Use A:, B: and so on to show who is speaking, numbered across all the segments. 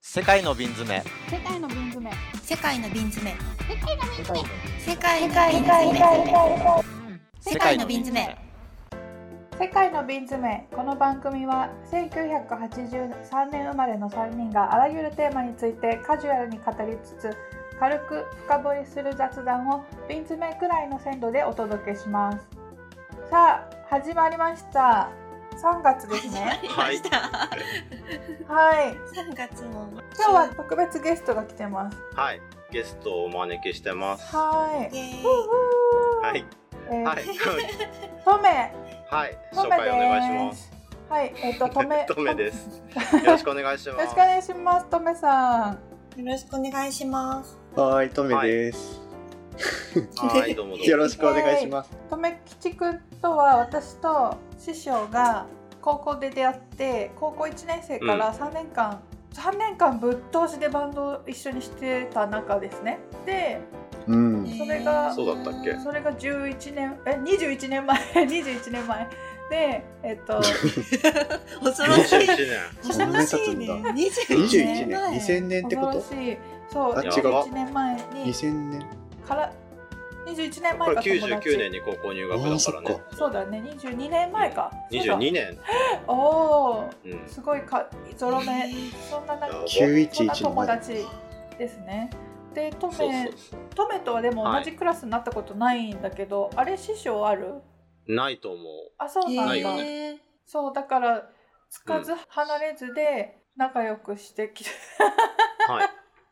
A: 世界の瓶詰め
B: 世界の瓶詰め
C: 世界の瓶詰め
B: 世界の瓶詰め
C: 世界の瓶詰め世界の瓶詰め
B: 世界の瓶詰めこの番組は1983年生まれの3人があらゆるテーマについてカジュアルに語りつつ軽く深掘りする雑談を瓶詰めくらいの鮮度でお届けしますさあ始まりました3月ですね
C: まりました。
B: はい
C: 三月も
B: 今日は特別ゲストが来てます
D: はい、ゲストをお招きしてます。
B: は
C: イ
B: い
C: エーイ
B: は
D: はい、
B: えー
D: はい、
B: トメ
D: はい、
B: ト
D: 紹
B: メ
D: 介お願いし
B: で
D: ますす。
B: はいえっ、とトメ
D: トメです。 よろしくお願いし
B: よ
D: ま
B: ろし
D: す
B: くお。願いしますトメさん
C: よろしくお願いします。
E: はーい、トメです、
D: はい、どうもどう
E: よ
D: も。
E: ろしくお願いします。
B: とめきちくんとは私と師匠が高校で出会って高校1年生から3年間、3年間ぶっ通しでバンドを一緒にしてた中ですねで
E: うん、
B: それが
D: そうだったっけ
B: それが11年え21年前 21年前でえっと
C: 恐ろ
D: 二
C: し
D: 十
C: い
D: 一。年。
E: そんなに経つんだ
C: 恐ろしいね
E: 二十一
C: 21
E: 年、二
C: 年
E: 千年ってこ
B: 恐ろ
E: と？
B: しいそう
E: あ
D: 違う
B: 21年前に
E: 二千年。
B: から21年
D: こ
B: 前
D: れ
B: が
D: 九
B: 友
D: 十
B: 達
D: 九年に高校入
E: あ
D: 学
E: ー、
D: だか
E: そ
D: ら
E: っか
D: ね。。
B: そうだね22年前か
D: 二十二年。
B: そうだおお
D: うん。
B: すごいかゾロ目そんななんか
E: 九
B: そ
E: 一
B: んな
E: 一の
B: 友
E: 前。
B: 達ですね。でト
D: そう
B: メ
D: そうそ
B: トメとはでも
D: は
B: 同
D: い
B: じクラスになったことないんだけど、あれ師匠ある
D: う。ないと思
B: あそう
C: えー
B: なん
D: ないよ
B: だ、
D: ね
B: そうだからつかず離れずで仲良くしてきた
D: う。はい。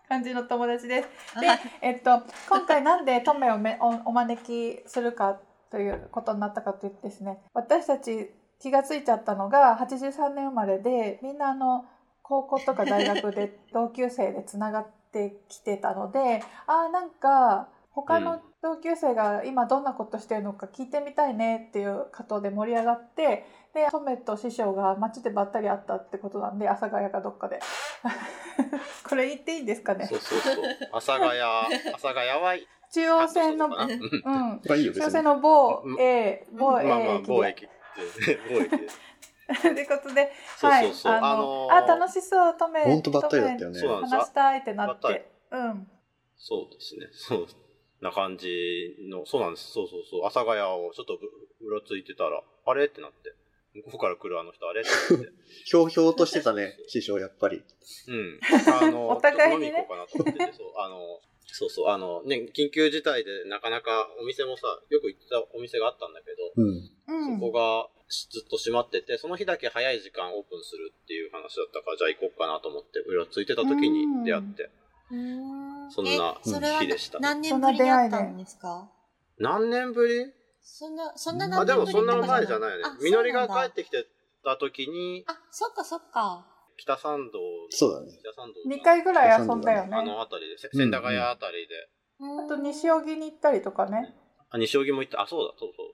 B: 感じの友達です。で
C: はい、
B: えっと、今回なんでトメをめおお招きするかということになったかというとですね私たち気がついちゃったのが83年生まれでみんなあの高校とか大学で 同級生でつながってきてたのであーなんか他
D: う
B: の
D: ん
B: 同級生が今どんなことしてるのか聞いてみたいねっていうことで盛り上がってでトメと師匠が街でばったり会ったってことなんで阿佐ヶ谷かどっ かでこれ言っていいんですかね
D: そうそうそう。阿佐ヶ 谷、阿佐ヶ谷は。
B: 中央線の
D: あそうそうか
B: う
D: なうん
B: ん
E: まあいいよ
B: すい
E: 別
B: ません
E: に。
B: の某
D: うん
B: A 某 A
D: まあまあ、
B: 駅
D: 貿易。貿易です。
B: ということで、
D: そ う
B: は
D: そう
B: い、
D: そう。
B: あ
D: あ
B: の
D: の。
B: あ楽しそうトメ
E: 本当ばったりだったよね。
D: そう
B: ト
D: な
B: メ
D: んですよ
B: 話したいってなっ
D: ばったり
B: て、うん、
D: そうですね。 そう。な感じの、そうなんです。そうそうそう。阿佐ヶ谷をちょっとぶうろついてたら、あれってなって。向こうから来るあの人、あれって なって。
E: ひょうひょうとしてたね、師匠やっぱり。
D: うん。あの、
B: お互いにね
D: ちょっと飲み行こうかなと思ってて、そう、あの、そうそう、あの、ね、緊急事態でなかなかお店もさ、よく行ってたお店があったんだけど、
E: うん。
B: うん、
D: そこがしずっと閉まってて、その日だけ早い時間オープンするっていう話だったから、じゃあ行こうかなと思って、うろついてた時に出会って、
C: うん
D: そんな
C: えそれは
D: 日でした
C: 何年ぶりに会ったんですか。
D: 何年ぶり
C: そんなそんな
D: あ、
C: 何
D: で
C: 年ぶ
D: も
C: り
D: そんな前じゃないよね
C: あ。
D: みのりが
C: そうなん
D: 帰っ
C: だ
D: てきてた時に、
C: あ、そっかそっか。
D: 北参道、
E: そうだね
D: 北参道
B: 二回ぐらい遊んだよ
D: あ
B: ね。
D: の辺りで、せ千駄ヶ谷辺りで、
C: あ
B: あと西荻に行ったりとかね、
D: あ、西荻も行った、あ、そうだ、そうそう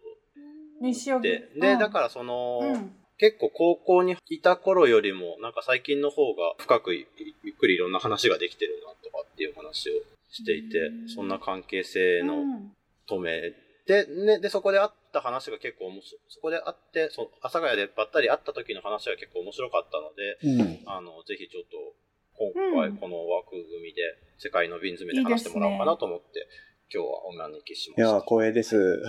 B: 西
D: そう。
B: 荻。
D: で、で、
B: うん
D: だからその、
B: うん、
D: 結構高校にいた頃よりも、なんか最近の方が深くいゆっくりいろんな話ができてるなとかっていう話をしていて、そんな関係性
B: う
D: の
B: ん
D: 止めで、ね、で、そこで会った話が結構面白い。そこで会って、そ阿佐ヶ谷でばったり会った時の話が結構面白かったので、
E: うん。
D: あの、ぜひちょっと、今回
B: うん
D: この枠組みで、世界の瓶詰めで話してもらおうかなと思って、今日はお招きしま
E: い
D: した。
E: やー、光栄です。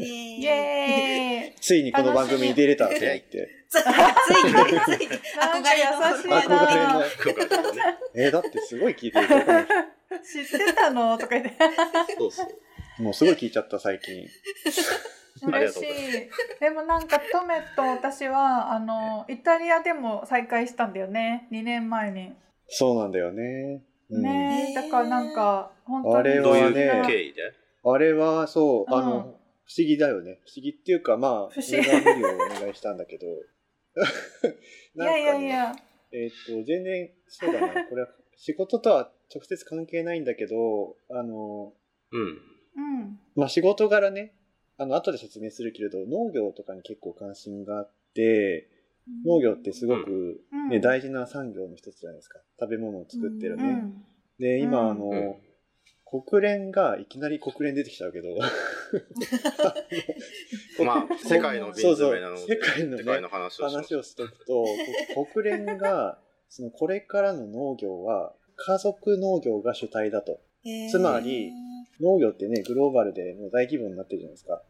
C: イ
B: イ
C: エーイ。
B: エーイ。
E: ついにこの番組に出れたって言って。
C: ついについに
B: なんか優しい
C: 憧れの
E: 憧れ
B: な
E: の。
D: そうね
E: えー、だってすごい聞いてるよこの
B: 知ってたのとか言っ て。
D: そうそう。
E: 人。もうすごい聞いちゃった最近。
D: ありが
B: 嬉
D: と
B: し
D: うござい
B: い。でもなんかトメと私はあのイタリアでも再会したんだよね。2年前に。
E: そうなんだよね。うん、
B: ね
C: ね
B: え、
C: え
B: だからなんか本当に
E: あれ
D: どう
E: はね
D: いう経緯で
E: あれはそう、あの、
B: うん
E: 不思議だよね。不思議っていうか、ま
B: 不
E: あ、
B: 思議
E: 俺が無理をお願いしたんだけど。
B: いやいやいや、
E: えーっと、全然、そうだ な。これは、仕事とは直接関係ないんだけど、あの、
D: うん。
B: うん、
E: まあ、仕事柄ね、あの、後で説明するけれど、農業とかに結構関心があって、農業ってすごく、
B: うん
E: ね、大事な産業の一つじゃないですか。食べ物を作ってるね。
B: うん、
E: で、
B: うん
E: 今、あの、
D: うん
E: 国連が、いきなり国連出てきちゃうけど、
D: まあ、世界の瓶詰めなので、
E: そうそう世界のね
D: 世界の話をします
E: 話をしとくと、こ国連がそのこれからの農業は家族農業が主体だと。
A: へー
E: つまり、農業ってね、グローバルでもう大規模になってるじゃないですか。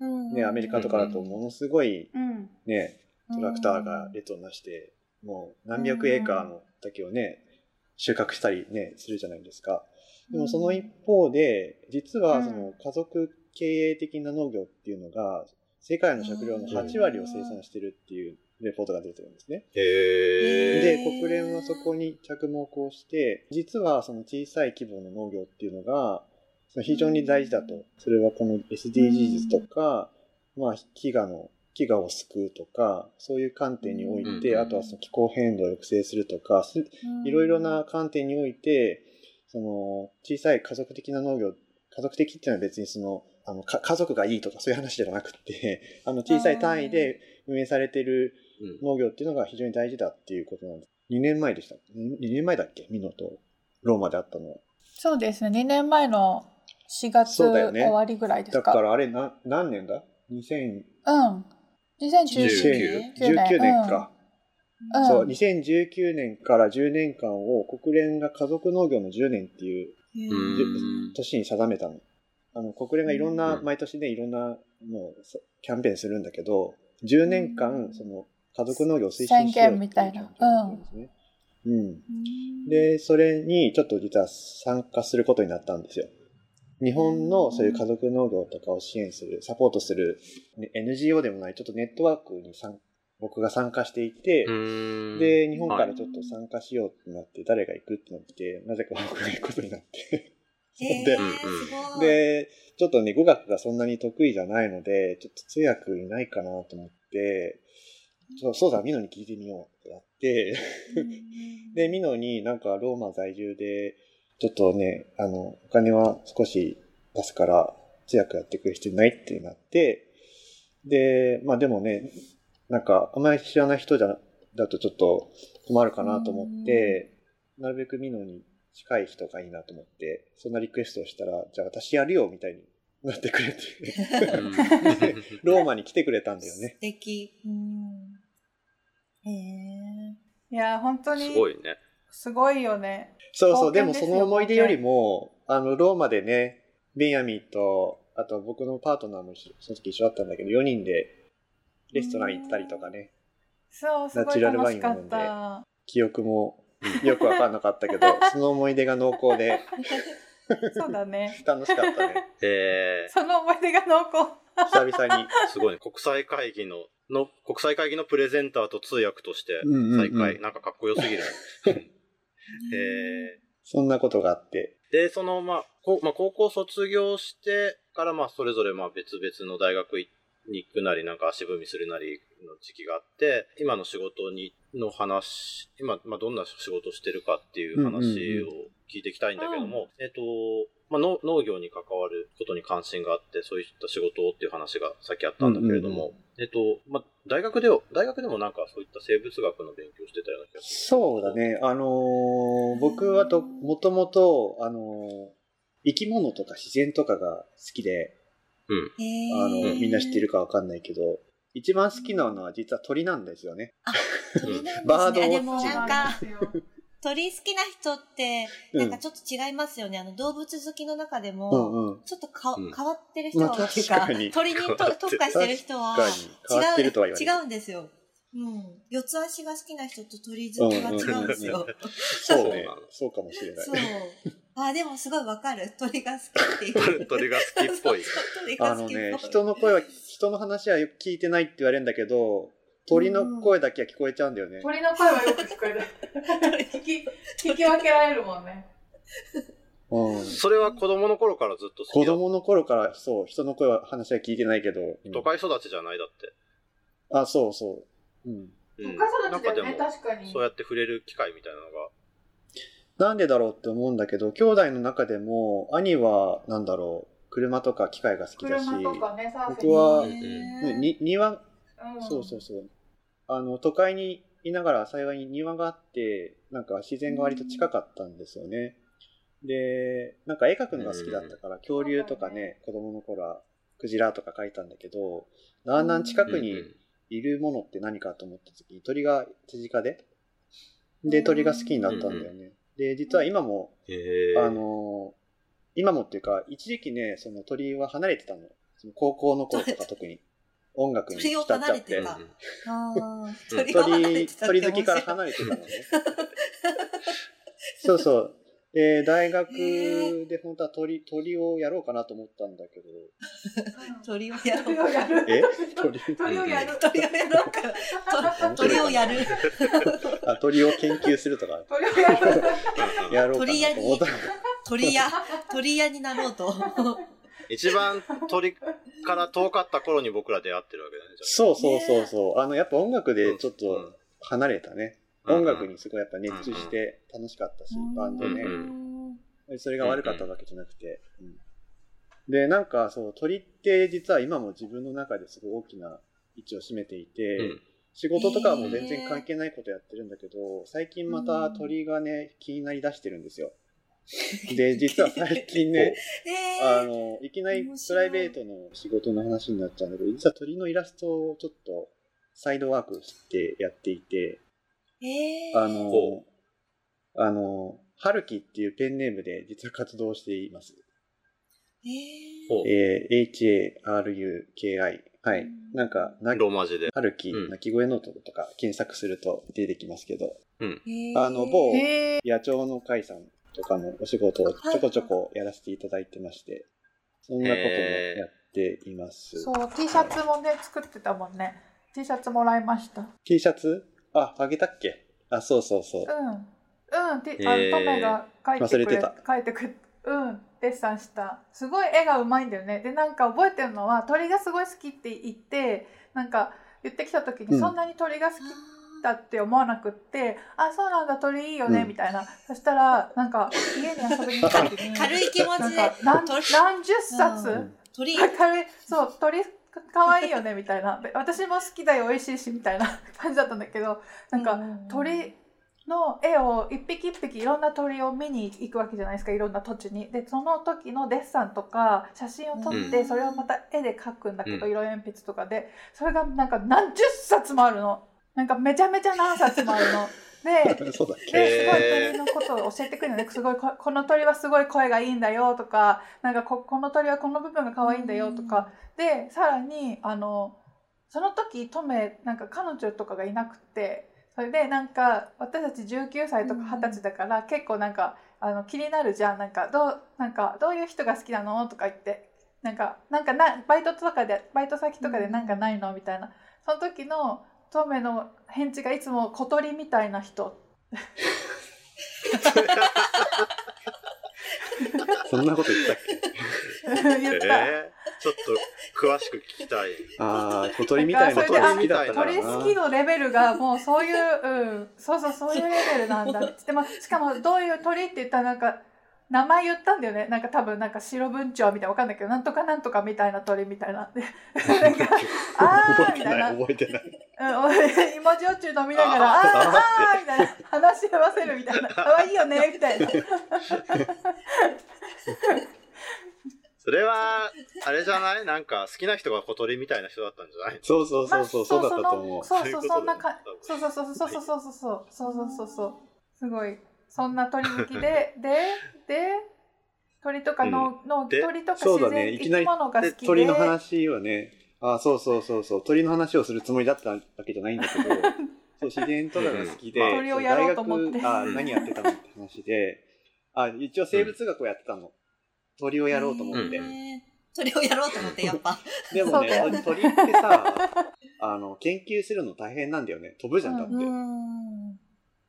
A: うんうん
E: ね、アメリカとかだとものすごい
B: うん。
E: ね、トラクターが列をなして、もう何百エーカーの竹をね、収穫したりね、するじゃないですか。でもその一方で、実はその家族経営的な農業っていうのが、世界の食料の8割を生産してるっていうレポートが出てるんですね。
D: へえ。
E: で、国連はそこに着目をして、実はその小さい規模の農業っていうのが、その非常に大事だと。それはこの SDGs とか、まあ、飢餓の、飢餓を救うとか、そういう観点において、
D: うん
E: あとはその気候変動を抑制するとか、すいろいろな観点において、その、小さい家族的な農業、家族的っていうのは別にその、あの、か家族がいいとかそういう話じゃなくって、 あの、小さい単位で運営されて
D: う
E: る
D: ん
E: 農業っていうのが非常に大事だっていうことなんです。2年前でした。2年前だっけミノとローマであったのは。
B: そうですね。2年前の4月
E: そうだ
B: 終
E: よね
B: わりぐらいです
E: だ
B: か。
E: からあれな、何年だ ?2019
B: うん。2019
D: 19
E: 年
B: 年
E: か、
B: うん
E: そう、2019年から10年間を国連が家族農業の10年っていう
A: へー
D: うん
E: 年に定めたの。あの、国連がいろんな、
D: うん
E: 毎年ね、いろんな、もう、そキャンペーンするんだけど、10年間、その、家族農業を推進しようってう
B: 宣言みたいな
E: キャンペーンをやってるんですね。うん。で、それにちょっと実は参加することになったんですよ。日本のそういう家族農業とかを支援する、サポートする、ね NGO でもない、ちょっとネットワークに参僕が参加していて、
D: うん、
E: で、日本からちょっと参加しようってなって、誰が行くってなって、なぜか僕が行くことになって。
A: へー
E: です
A: ごい、
E: で、ちょっとね、語学がそんなに得意じゃないので、ちょっと通訳いないかなと思って、そうそうだ、ミノに聞いてみようってなって、で、ミノになんかローマ在住で、ちょっとね、あの、お金は少し出すから、通訳やってくれる人いないってなって、で、まあでもね、なんかあまり知らない人じゃだとちょっと困るかなと思って、なるべくミノに近い人がいいなと思って、そんなリクエストをしたら、じゃあ私やるよみたいになってくれて、
D: うん
E: ローマに来てくれたんだよね
A: 素。敵。うんへえ。
B: いや、本当
D: す
B: に
D: ごいね。
B: すごいよね。
E: そうそう、
B: 冒
E: で
B: 険
E: も
B: です
E: そ
B: よ
E: の思い出よりも、あの、ローマでね、ベンヤミンと、あと僕のパートナーも一緒その時一緒だったんだけど、4人でレストラン行ったりとかね、
B: そう、す
E: ナ
B: ご
E: チ
B: い
E: ュラル
B: 楽
E: ワイ
B: し
E: ン
B: か
E: を飲
B: っ
E: んで
B: た。
E: 記憶もよくわかんなかったけ ど、その思い出が濃厚で、
B: そうだね。
E: 楽しかったね。
D: え
B: その思い出が濃 厚。
E: 久々に。
D: ー、すごいね。国際会議の、の、国際会議のプレゼンターと通訳として
E: うんうんう
D: 再
E: ん
D: 会。なんかかっこよすぎる。え
E: そんなことがあって。
D: ー、で、その、まあ、こまあ、高校卒業してから、まあ、それぞれ、まあ、別々の大学に行くなり、なんか足踏みするなりの時期があって、今の仕事に、の話、今、まあ、どんな仕事してるかっていう
E: うんうん
D: 話を聞いていきたいんだけども、えっ、と、まあ農、農業に関わることに関心があって、そういった仕事をっていう話がさっきあったんだけれども、
E: う
D: えっ、と、まあ、大学で、大学でもなんかそういった生物学の勉強してたような気がする。
E: そうだね。あのー僕はと、もともと、あのー生き物とか自然とかが好きで、
A: へー
E: あの、みんな知ってる。かわかんないけど、一番好きなのは実は鳥なんですよね。
A: 鳥なんですね
E: バードウォッチ
A: でもなんか、鳥好きな人って、
E: う
A: なん
E: ん
A: か。ちょっと違いますよね。あの、動物好きの中でも、
E: うんうん。
A: ちょっとか、
D: うん
A: 変わってる人は、
E: まあ
A: っていう
E: 確かに
A: 鳥にと特化してる人は、
E: 確かに変わってるとは言わ
A: 違
E: ないう
A: 違うんですよ。うん。四つ足が好きな人と鳥好きは違うんです
E: うん
A: よ。
E: そうね
D: そうなの。
E: そうかもしれない
A: そう。。あ、でもすごいわかる。鳥が好き っていう。
D: 鳥が好きっぽい。
A: そうそう鳥
E: あ
A: が好きっぽ
E: の
A: い。
E: ね、人の声は、人の話はよく聞いてないって言われるんだけど、鳥の声だけは聞こえちゃうんだよね。
B: 鳥の声はよく聞こえる。 聞き聞き分けられるもんね。
E: うん。
D: それは子供の頃からずっと好
E: 子
D: きだ。
E: 供の頃から、そう、人の声は話は聞いてないけど。うん
D: 都会育ちじゃないだって。
E: あ、そうそう。うん。
D: うん
B: 他育ちだよ
D: な
B: ね、
D: んか
B: 確か
D: で
B: に。
D: も、そうやって触れる機会みたいなのが。
E: なんでだろうって思うんだけど、兄弟の中でも、兄は、なんだろう、車とか機械が好きだし、
B: 車とかね、サーフィン
E: 僕は
D: うん
E: ねに庭、
B: うん
E: そうそうそう。あの、都会にいながら幸いに庭があって、なんか自然が割と近かったんですよね。で、なんか絵描くのが好きだったから、恐竜とかね、子供の頃はクジラとか描いたんだけど、だんだん近くに
D: うんうん
E: いるものって何かと思った時に鳥が手近で、で、鳥が好きになったんだよね。で、実は今も、
D: へー
E: あのー今もっていうか、一時期ね、その鳥は離れてたの。その高校の頃とか特に。音楽に
A: 鳥
E: 浸
A: を
E: っちゃ
A: 離れ
E: ってて。
A: た。
D: うんうん
A: ああ、
D: 鳥
A: が離れ
E: 鳥
A: てたって
E: 鳥好きから離れてたの ね。そうそう。で、大学で本当は鳥、鳥をやろうかなと思ったんだけど。
A: 鳥をやろう
B: 鳥。をやる
E: え鳥
B: 鳥をやる
A: 鳥をやろうから。と鳥をやる。
E: あ、鳥を研究するとか、
B: 鳥をやる
D: うん
E: やろうかなと思った。
A: 鳥屋。鳥屋になろうと。
D: 一番鳥から遠かった頃に僕ら出会ってるわけだね、じ
E: そうそうそうそう。あの、やっぱ音
D: ゃ
E: 楽
D: あ
E: でちょっと離れたね。
D: うん
E: 音楽にすごいやっぱ熱中して楽しかったし、バンドね。それが悪かったわけじゃなくて。うんで、なんかそう、鳥って実は今も自分の中ですごい大きな位置を占めていて、
D: うん
E: 仕事とかはもう全然関係ないことやってるんだけど、最近また鳥がね、気になりだしてるんですよ。で、実は最近ね、
A: え
E: あ
A: ー、
E: の、いきなりプライベートの仕事の話になっちゃうんだけど、実は鳥のイラストをちょっとサイドワークしてやっていて、
A: えー、
E: あの
D: ほ、
E: あの、春樹っていうペンネームで実は活動しています。
A: え
D: ほう
E: えー HARUKI。はい。なんか、な
D: ローマ字で。
E: 春樹、
D: うん
E: 鳴き声ノートとか検索すると出てきますけど、
A: ー、
E: あの、某
B: へ
E: 野鳥の会さんとかのお仕事をちょこちょこやらせていただいてまして、そんなこともやっています。
B: そう T シャツもね作ってたもんね T シャツもらいました
E: T シャツあ、あげたっけあ、そうそうそう。
B: うんうん、てあ
D: へー
B: のトメが書いてくれ
E: 忘れてた
B: 書いてくれうんデッサンしたすごい絵がうまいんだよねでなんか覚えてるのは鳥がすごい好きって言ってなんか言ってきた時に、
E: うん
B: そんなに鳥が好き
A: あ
B: だって思わなくってあそうなんだ鳥いいよね、
E: うん
B: みたいなそしたらなんか家に遊びに行った時に
A: ー軽い気持
B: なん
A: ち
B: か
A: で
B: 何
A: 鳥
B: 何十冊、
A: うん鳥
B: あ軽いそう鳥か可愛いよねみたいなで私も好きだよ美味しいしみたいな感じだったんだけどなんか鳥の絵を一匹一匹いろんな鳥を見に行くわけじゃないですかいろんな土地に。でその時のデッサンとか写真を撮っ
A: う
B: て
A: ん
B: それをまた絵で描くんだけど、
D: うん
B: 色鉛筆とかでそれがなんか何十冊もあるのなんかめちゃめちゃ何冊もあるの。で
E: そうだっけ
B: で、すごい
D: へー
B: 鳥のことを教えてくれるのね。すごいこ、この鳥はすごい声がいいんだよとか、なんかこ、この鳥はこの部分が可愛いんだよとか。で、さらに、あの、その時、トメ、なんか彼女とかがいなくて、それでなんか、私たち19歳とか
A: うん
B: 20歳だから、結構なんか、あの、気になるじゃん。なんか、どう、なんか、どういう人が好きなのとか言って、なんか、なんかな、バイトとかで、バイト先とかでなんかないのみたいな。その時の、トメの返事がいつも小鳥みたいな人
E: そんなこと言ったっけ
B: 言
D: え
B: った、
D: ーちょっと詳しく聞きたい。
E: あー、小鳥みたいな
B: そ
E: 鳥
B: れで
E: 好きだったから
B: 鳥
E: な。
B: 好きのレベルがもうそういう、うん、そうそうそういうレベルなんだでもしかもどういう鳥って言ったらなんか名前言ったんだよねなんか多分なんか白文鳥みたいなわかんないけどなんとかなんとかみたいな鳥みたいな でなんかあ
E: 覚
B: ー
E: え
B: み
E: て
B: たいな
E: な、
B: い
E: 覚えてない。
B: うん、俺 芋焼酎飲みながら「あ
D: あ
B: ー
D: ー
B: あー」みたいな話し合わせるみたいな「可愛いよね」みたいな
D: それは、あれじゃないなんか好きな人が小鳥みたいな人だったんじゃない
E: そうそうそうそう、そうだったと思う。
B: そう
D: そういう
B: そ
D: こ
B: う
D: と
B: そんなか
D: だ
B: そうそうそうそうそうそうそうそうそうそうそうそうすごいそんな鳥好き ででで鳥とかの、の
D: で
B: 鳥とか
E: そう
B: 自
E: だね
B: 然
E: い
B: 生
E: き
B: き
E: なり
B: 物が好
E: で
B: きで
E: 鳥の話はね、あそうそうそうそう、鳥の話をするつもりだったわけじゃないん だけど、そう自然とかが好きで、
D: うん
B: 鳥をやろうと思って
E: そう大学あ何やってたのって話で、あ一応生物学をやってたの。鳥をやろうと思って。
A: えー鳥をやろうと思って、やっぱ。
E: でも
B: そうだよ
E: ね
B: ね、
E: 鳥ってさ、あの、研究するの大変なんだよね。飛ぶじゃんだって。
A: うん。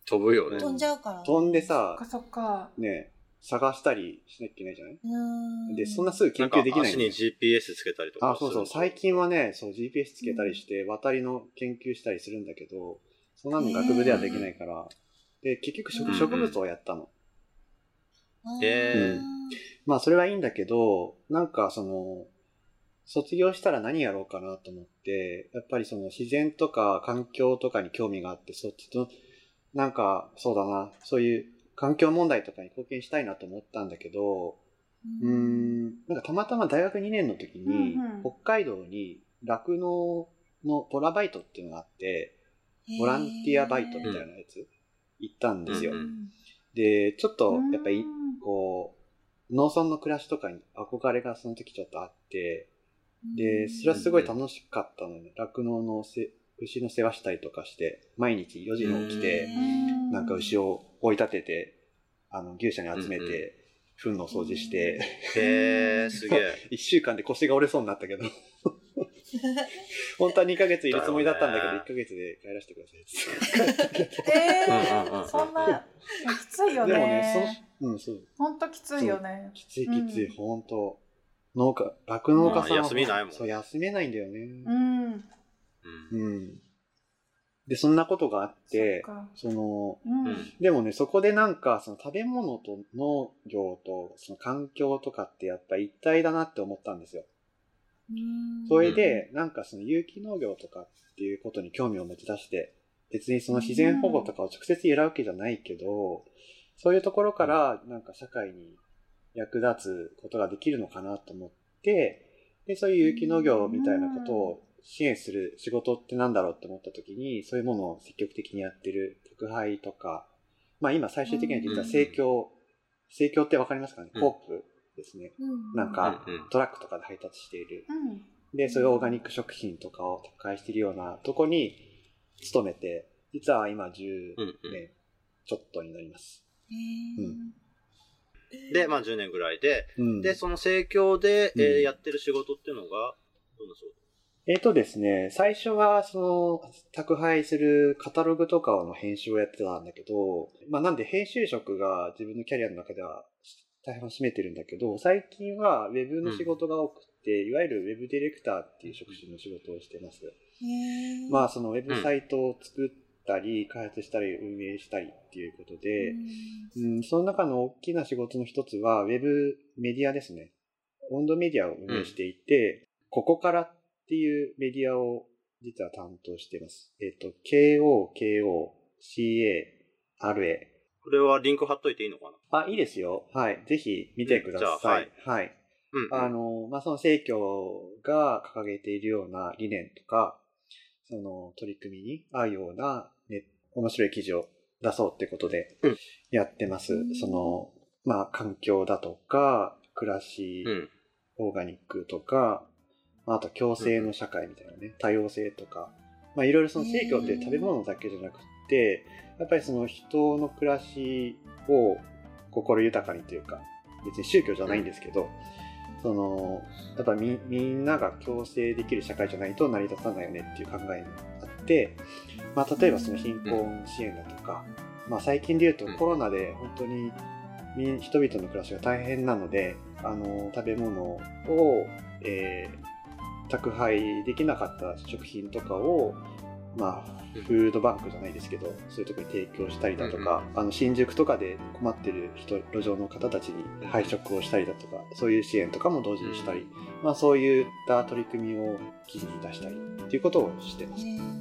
D: 飛ぶよね。
A: 飛んじゃうから。
E: 飛んで
B: そ
E: さ
B: っか、そっか
E: ね、探したりしなきゃいけないじゃない
A: うん。
E: で、そんなすぐ
D: な
E: 研
D: んか
E: 究できない
D: 足
E: の
D: に
E: ね
D: GPS つけたりとか
E: あ、そうそう。
D: する
E: 最近はね、そう GPS つけたりして、渡りの研究したりするんだけど、そんなの学部ではできないから、で、結局
A: うん
E: 植植物をやったの。
A: うん。
D: えー
E: まあ、それはいいんだけど、なんかその、卒業したら何やろうかなと思って、やっぱりその自然とか環境とかに興味があって、そっちと、なんかそうだな、そういう環境問題とかに貢献したいなと思ったんだけど、うーん、なんかたまたま大学2年の時に、
B: うんうん
E: 北海道に酪農のボラバイトっていうのがあって、ボランティアバイトみたいなやつ。行ったんですよ。
D: うんうん
E: で、ちょっと
B: うん
E: やっぱり、こう、農村の暮らしとかに憧れがその時ちょっとあって、で、それはすごい楽しかったので、酪農のせ牛の世話したりとかして、毎日4時に起きて、
B: うん
E: なんか牛を追い立てて、あの、牛舎に集めて、糞の掃除して、
D: へえ、すげえ。
E: 1週間で腰が折れそうになっ たけど、本当は2ヶ月いるつもりだったんだけど、
D: だよ
E: 1
D: ね
E: ヶ月で帰らせてください
B: え
D: うんうんうんう
B: ー、
D: ん
B: そんな、いやきついよ
E: でもね
B: ね。、
E: そうん、そう。
B: ほんときついよね。
E: きついきつい、
B: うん
E: ほんと。農家、酪農家さん
D: まあ休みないもん
E: そう、休めないんだ
B: う
E: よね。
B: ん。
D: うん
E: うん。で、そんなことがあって
B: そっか、
E: その、
B: うん。
D: う
B: うんん。
E: でもね、そこでなんか、その食べ物と農業と、その環境とかってやっぱ一体だなって思ったんですよ。それで、なんかその有機農業とかっていうことに興味を持ち出して、別にその自然保護とかを直接やるわけじゃないけど、そういうところからなんか社会に役立つことができるのかなと思って、で、そういう有機農業みたいなことを支援する仕事ってなんだろうって思った時に、そういうものを積極的にやってる宅配とか、まあ今最終的には実は生協、生協ってわかりますかね
D: うん
E: コープですね。なんか
D: うんうん
E: トラックとかで配達しているで、そういうオーガニック食品とかを宅配してるようなとこに勤めて、実は今10
D: うんうん
E: 年ちょっとになります。
D: で、まあ10年ぐらいで、
E: うん
D: で、その盛況で、えー
E: うん
D: やってる仕事っていうのが、どんな仕事
E: えっ、とですね、最初はその宅配するカタログとかの編集をやってたんだけど、まあなんで編集職が自分のキャリアの中では大半を占めてるんだけど、最近はウェブの仕事が多くて、いわゆるウェブディレクターっていう職種の仕事をしてます。まあそのウェブサイトを作ったり、開発したり、運営したりっていうことで、うん、その中の大きな仕事の一つは、ウェブメディアですね。温度メディアを運営していて、ここからっていうメディアを実は担当しています。えっ、と、KOKO、CA、RA。
D: これはリンク貼っといていいのかな
E: あ、いいですよ。はい。ぜひ見てくだ
D: うんじゃあ
E: さ
D: はいい。
E: はい。
D: うん。
E: あの、まあ、その政教が掲げているような理念とか、その取り組みに合うような、ね、面白い記事を出そうってことで
D: うん
E: やってます。その、まあ、環境だとか、暮らし、
D: うん。
E: オーガニックとか、まああと共生の社会みたいなね、多様性とか、まあいろいろその生協って食べ物だけじゃなくって、やっぱりその人の暮らしを心豊かにというか、別に宗教じゃないんですけど、その、やっぱみみんなが共生できる社会じゃないと成り立たないよねっていう考えがあって、まあ例えばその貧困支援だとか、まあ最近で言う
D: うん
E: とコロナで本当にみ人々の暮らしが大変なのであの食べ物を、えー宅配できなかった食品とかを、まあ、
D: うん
E: フードバンクじゃないですけどそういうところに提供したりだとか、あの新宿とかで困ってる人路上の方たちに配食をしたりだとかそういう支援とかも同時にしたり、まあ、そういった取り組みを記事に出したりっていうことをしてます。
A: えー